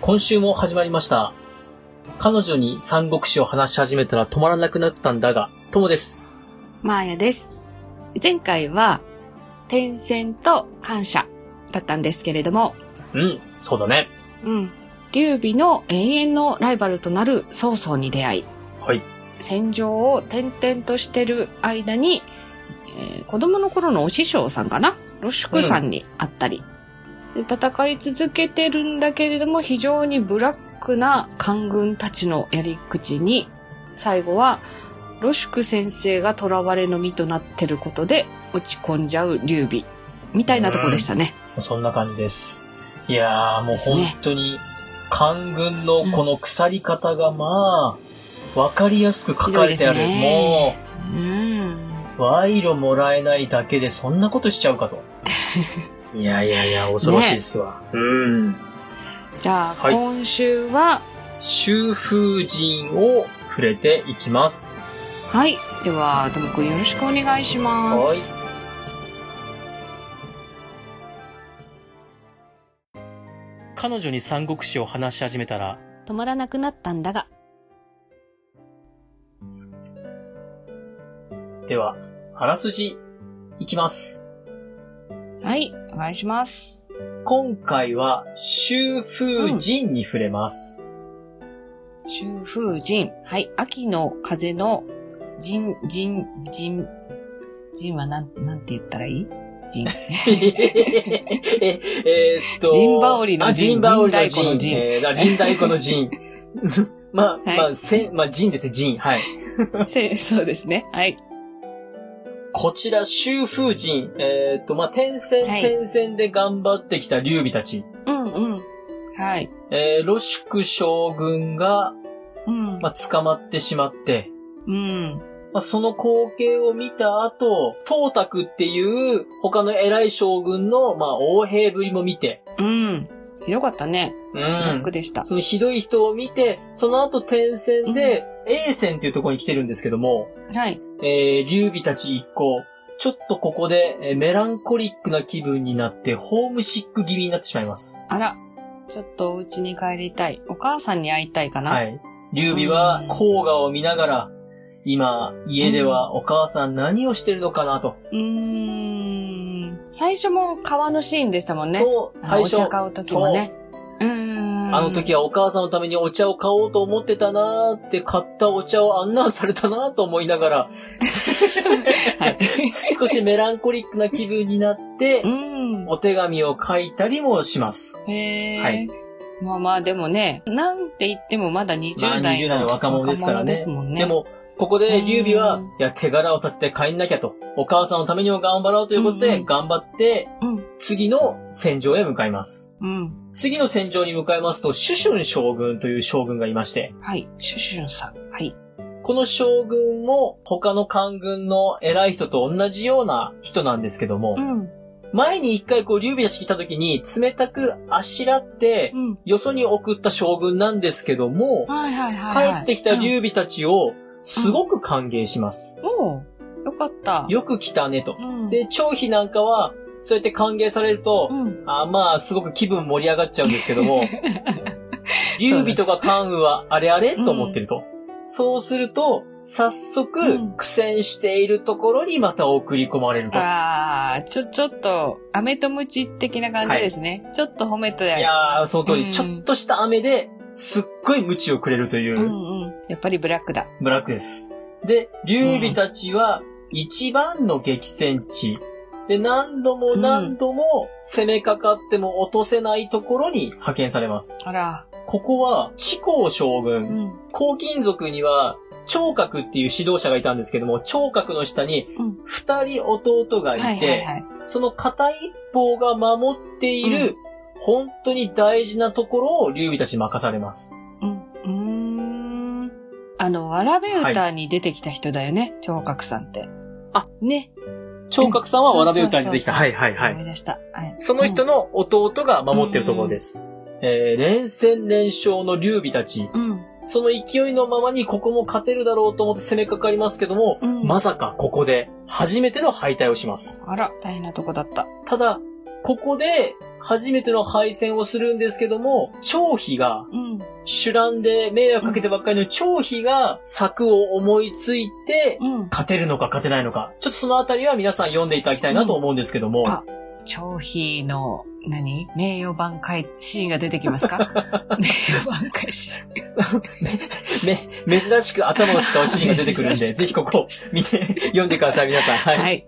今週も始まりました。彼女に三国志を話し始めたら止まらなくなったんだが、ともです。マーヤです。前回は、転戦と感謝だったんですけれども、うん、そうだね。うん。劉備の永遠のライバルとなる曹操に出会い、はい。戦場を転々としてる間に、えー子供の頃のお師匠さんかなロシュクさんに会ったり、で戦い続けてるんだけれども、非常にブラックな官軍たちのやり口に、最後は、ロシュク先生が囚われの身となってることで落ち込んじゃう劉備、みたいなとこでしたね。そんな感じです。いやー、もうです本ね当に、官軍のこの腐り方がまあ、わかりやすく書かれてある。ひどいですもねうん。う、賄賂もらえないだけでそんなことしちゃう かと。いやいやいや、恐ろしいっすわ。うん。じゃあ、はい今週は、修風人を触れていきます。はい。では、ともくんよろしくお願いします。はい彼女に三国志を話し始めたら、止まらなくなったんだが。では、あらすじ、いきます。はい。お願いします。今回は、修風人に触れ ます。秋風陣。はい。秋の風の陣、陣、陣。陣はなん、なんて言ったらいい陣。 ええーっと。陣羽織の陣あ陣羽織の陣太鼓の陣えーあ陣太鼓の 陣。まあ、はいまあ、せん、まあ、陣ですね、陣。はい。せそうですね。はい。こちら、修風人。えーっと、まあ、転戦、はい転戦で頑張ってきた劉備たち。うんうん。はい。えー、ロシク将軍が、うん。まあ、捕まってしまって、うん。まあ、その光景を見た後、董卓っていう他の偉い将軍の、まあ、横兵ぶりも見て、うん。よかったね。うブラックん。でした。そのひどい人を見て、その後転戦で、A 戦っていうところに来てるんですけども、はい。えー、劉備たち一行、ちょっとここで、えーメランコリックな気分になって、ホームシック気味になってしまいます。あら。ちょっとお家に帰りたい。お母さんに会いたいかな。はい。劉備はうん黄河を見ながら、今、家ではお母さん何をしてるのかなと。うーん。最初も川のシーンでしたもんね。そう、最初。あのお茶買う時もね。うーん。あの時はお母さんのためにお茶を買おうと思ってたなーって買ったお茶を案内されたなーと思いなが ら、はい。少しメランコリックな気分になってう、ん。お手紙を書いたりもします。へえ。はいまあまあ、でもね、なんて言ってもまだ20まあ代。 20代の若者ですからね若者ですもんね。で、も、ここで劉備はうん、いや、手柄を立って帰んなきゃと、お母さんのためにも頑張ろうということうんで、うん頑張って、うん。次の戦場へ向かいます。うん。次の戦場に向かいますと、シュシュン将軍という将軍がいまして、はい。シュシュンさん。はい。この将軍も他の官軍の偉い人と同じような人なんですけども、うん。前に一回こう、劉備たち来た時に、冷たくあしらって、うん。よそに送った将軍なんですけども、はいはいはい、は帰い。ってきた由。劉備たちを、すごく歓迎します。おうよかった。よく来たねとう。ん。で、張飛なんかは、そうやって歓迎されるとう、ん。あまあ、すごく気分盛り上がっちゃうんですけど も、劉備とか関羽は、あれあれと思ってると。そうすると、早う速ん、苦戦しているところにまた送り込まれると。ああ、ちょ、ちょっと、飴とムチ的な感じですね。ちょっと褒めてやいやー、その通り、うんちょっとした雨ですっごい無知をくれるといううんうん。やっぱりブラックだ。ブラックです。で、劉備たちは一番の激戦地。で、何度も何度も攻めかかっても落とせないところに派遣されます。あら。ここは、地高将う軍、ん。黄金族には、聴覚っていう指導者がいたんですけども、聴覚の下にうん。二人弟がはいて、いはいはい。その片一方が守っている、本当に大事なところを劉備たちに任されます。うん。うーん。あの、わらべ歌に出てきた人だよね。聴覚さんって。あ、ね。聴覚さんはわらべ歌に出てきた。そうはそいはいは思い。い出した。はい。その人の。の弟が守ってるところです。えー、連戦連勝の劉備たち、うん。その勢いのままにここも勝てるだろうと思って攻めかかりますけども、うんまさかここで初めての敗退をします。あら、大変なとこだった。ただ、ここで初めての敗戦をするんですけども、張飛が、うん。手乱で迷惑かけてばっかりの張飛が策を思いついて、うん。勝てるのか勝てないのか。ちょっとそのあたりは皆さん読んでいただきたいなと思うんですけども。うんあ張飛の、何名誉挽回シーンが出てきます か名誉挽回シーン。め、珍しく頭を使うシーンが出てくるんで、珍しくぜひここ見て、読んでください、皆さん。はい。はい。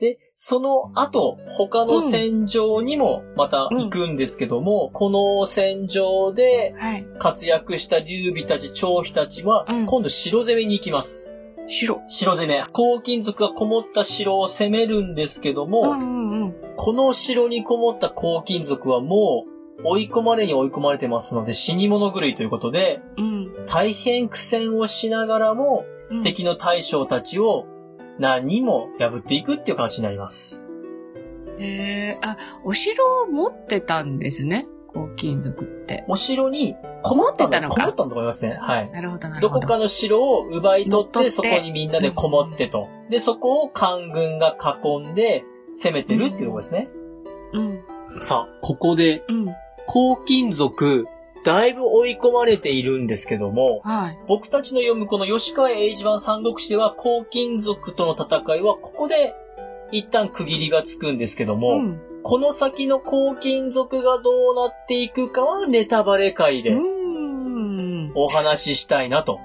で、その後、他の戦場にもまた行くんですけども、この戦場ではい。活躍した劉備たち、張飛たちはうん、今度城攻めに行きます。白。城攻め。黄金族がこもった城を攻めるんですけどうも、んうんうん。この城にこもった黄金族はもう追い込まれに追い込まれてますので死に物狂いということで、うん。大変苦戦をしながらもうん敵の大将たちを何人も破っていくっていう形になります。えー、あ、お城を持ってたんですね。黄金族って。お城にこもったんだこもってたのこかもったんだと思いますね。はい。なるほど、なるどほこど。かの城を奪い取っ乗っ取ってて、そこにみんなでこもってと。で、そこを官軍が囲んで攻めてるっていうところですね。うん。さあ、ここで、うん。黄金族、だいぶ追い込まれているんですけども、はい。僕たちの読むこの吉川英治版三国志では、黄金族との戦いは、ここで、一旦区切りがつくんですけども、ん。この先の黄金族がどうなっていくかは、ネタバレ会うでん。お話ししたいなと。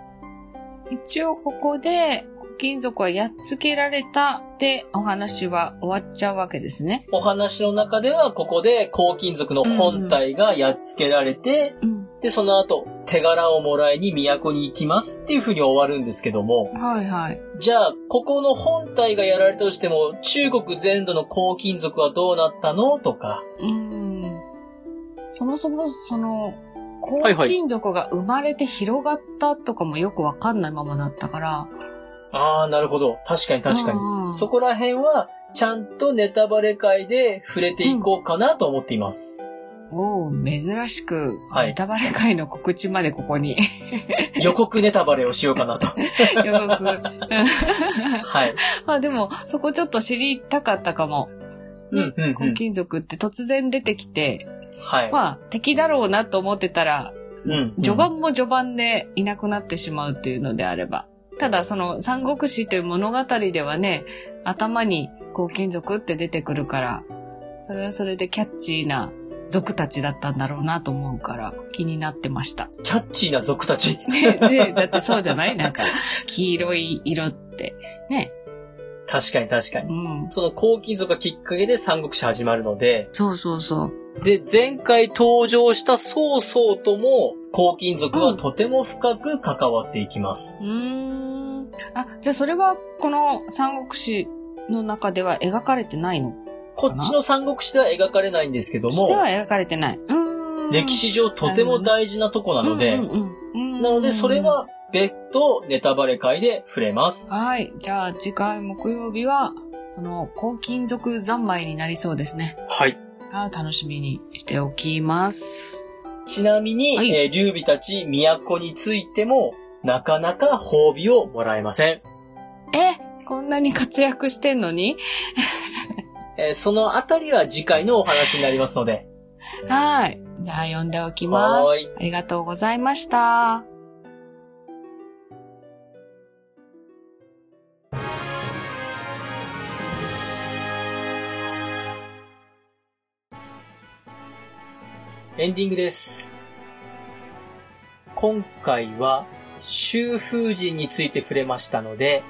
一応ここで、黄金族はやっつけられたでお話は終わっちゃうわけですね。お話の中では、ここで黄金族の本体がやっつけられて、うん。で、その後、手柄をもらいに都に行きますっていう風に終わるんですけども、はいはい。じゃあ、ここの本体がやられたとしても、中国全土の黄金族はどうなったのとか、うん。そもそも、その、いは黄い金族が生まれて広がったとかもよくわかんないままだったから。あー、なるほど。確かに確かに。にそこら辺は、ちゃんとネタバレ会で触れていこうかなと思っています。おう珍しく、はいネタバレ会の告知までこ こに予告ネタバレをしようかなと。予告。 はい。まあでも、そこちょっと知りたかったかも。うん、うん、う黄ん。金族って突然出てきて、はい。まあ敵だろうなと思ってたら、うん序盤も序盤でいなくなってしまうっていうのであれば。ただその三国志という物語ではね、頭に黄金族って出てくるから、それはそれでキャッチーな族たちだったんだろうなと思うから気になってました。 キャッチーな族たち。ね、ね、だってそうじゃないなんか、黄色い色って。ね。確かに確かに。うん。その黄金族がきっかけで三国志始まるので、そうそうそう。で、前回登場した曹操とも、黄金族うはんとても深く関わっていきます。うーん。あ、じゃあそれは、この三国志の中では描かれてないのこっちの三国志では描かれないんですけどしてはも、描かれてない。うーん。歴史上とても大事なとこなのでうん、うんうんなのでそれ。は別途ネタバレ会で触れます。はい。じゃあ次回木曜日は、その、黄金属三昧になりそうですね。はい。あ楽しみにしておきます。ちなみに、はいえー劉備たち都についても、なかなか褒美をもらえません。えこんなに活躍してんのにえーそのあたりは次回のお話になりますので、はい。じゃあ、読んでおきますはーい。ありがとうございました。エンディングです。今回は、周風神について触れましたので、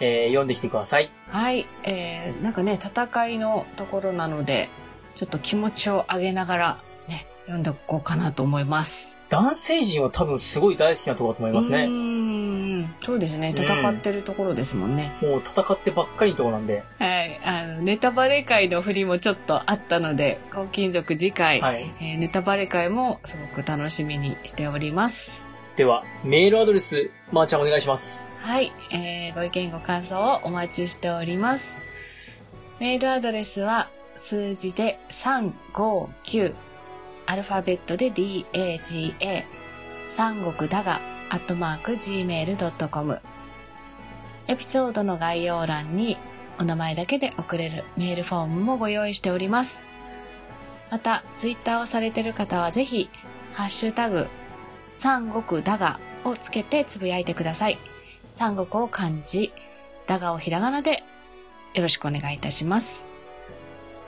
えー読んできてください。はい。えー、なんかね、戦いのところなので、ちょっと気持ちを上げながら、ね、読んでおこうかなと思います。男性陣は多分すごい大好きなところだと思いますうね。ーん。そうですね。うん戦ってるところですもんね。もう戦ってばっかりのところなんで、はい。あの、ネタバレ会の振りもちょっとあったので、黄金族次回、はい。えーネタバレ会もすごく楽しみにしております。では、メールアドレス、まー、ちゃんお願いします。はい、えーご意見ご感想をお待ちしております。メールアドレスは数字で359、アルファベットで DAGA、三国だが、アットマーク gmail.com。エピソードの概要欄にお名前だけで送れるメールフォームもご用意しております。また、ツイッターをされてる方はぜひ、ハッシュタグ、三国だがをつけてつぶやいてください。三国を漢字、だがをひらがなでよろしくお願いいたします。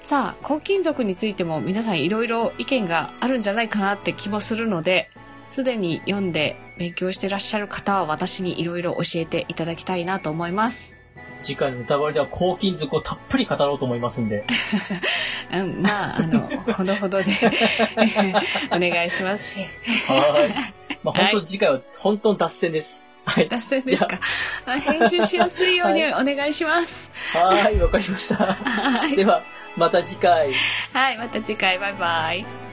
さあ、抗菌族についても皆さんいろいろ意見があるんじゃないかなって気もするので、すでに読んで勉強してらっしゃる方は私にいろいろ教えていただきたいなと思います。次回の歌割りでは抗菌族をたっぷり語ろうと思いますんで。 うん、まあ、あの、ほどほどで お願いします。はい。まあ、はい本当次回は本当の脱線です。 はい。脱線ですかあ編集しやすいようにお願いします。はい、わかりました。はい、では、また次回。はい、また次回バイバイ。